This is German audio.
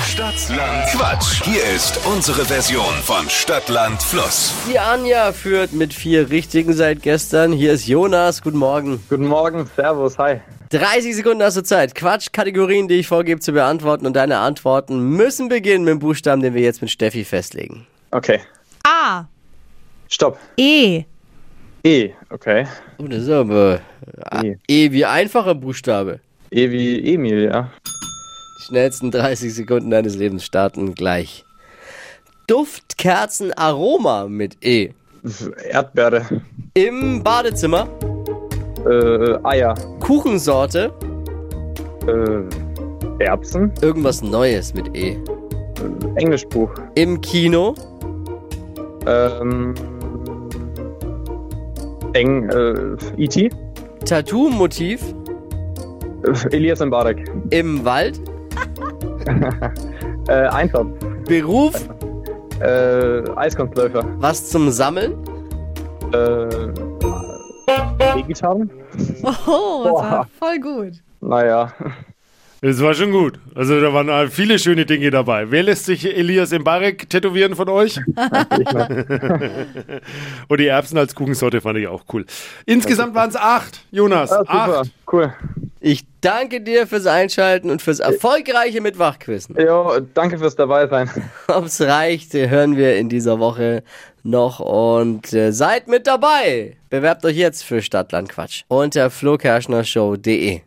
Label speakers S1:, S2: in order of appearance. S1: Stadtland Quatsch. Hier ist unsere Version von Stadtland Fluss.
S2: Die Anja führt mit vier Richtigen seit gestern. Hier ist Jonas. Guten Morgen.
S3: Guten Morgen, Servus, hi.
S2: 30 Sekunden hast du Zeit, Quatschkategorien, die ich vorgebe, zu beantworten. Und deine Antworten müssen beginnen mit dem Buchstaben, den wir jetzt mit Steffi festlegen.
S3: Okay,
S4: A.
S3: stopp.
S4: E.
S3: E, okay.
S2: Oh, das ist aber
S3: E.
S2: E wie einfacher Buchstabe.
S3: E wie Emil, ja.
S2: Die schnellsten 30 Sekunden deines Lebens starten gleich. Duftkerzenaroma mit E.
S3: Pf, Erdbeere,
S2: Im Badezimmer.
S3: äh, Eier,
S2: Kuchensorte.
S3: äh, Erbsen,
S2: Irgendwas Neues mit E.
S3: Englischbuch,
S2: Im Kino.
S3: ähm, Eng, äh, E.T.,
S2: Tattoo-Motiv.
S3: äh, Elias Mbarek,
S2: Im Wald.
S3: äh, Eintopf,
S2: Beruf.
S3: äh, Eiskunstläufer,
S2: Was zum Sammeln.
S3: äh, E-Gitarren?
S4: Oh, das war voll gut.
S3: Naja,
S5: Es war schon gut. Also da waren äh, viele schöne Dinge dabei. Wer lässt sich Elias Mbarek tätowieren von euch?
S3: ich mein,
S5: Und die Erbsen als Kuchensorte fand ich auch cool. Insgesamt waren es acht, Jonas.
S3: ja, super,
S5: acht.
S3: cool.
S2: Ich danke dir fürs Einschalten und fürs erfolgreiche Mitwachquissen.
S3: Jo, danke fürs dabei sein.
S2: Ob's reicht, hören wir in dieser Woche noch und äh, seid mit dabei. Bewerbt euch jetzt für Stadtland Quatsch unter flokerschnershow.de.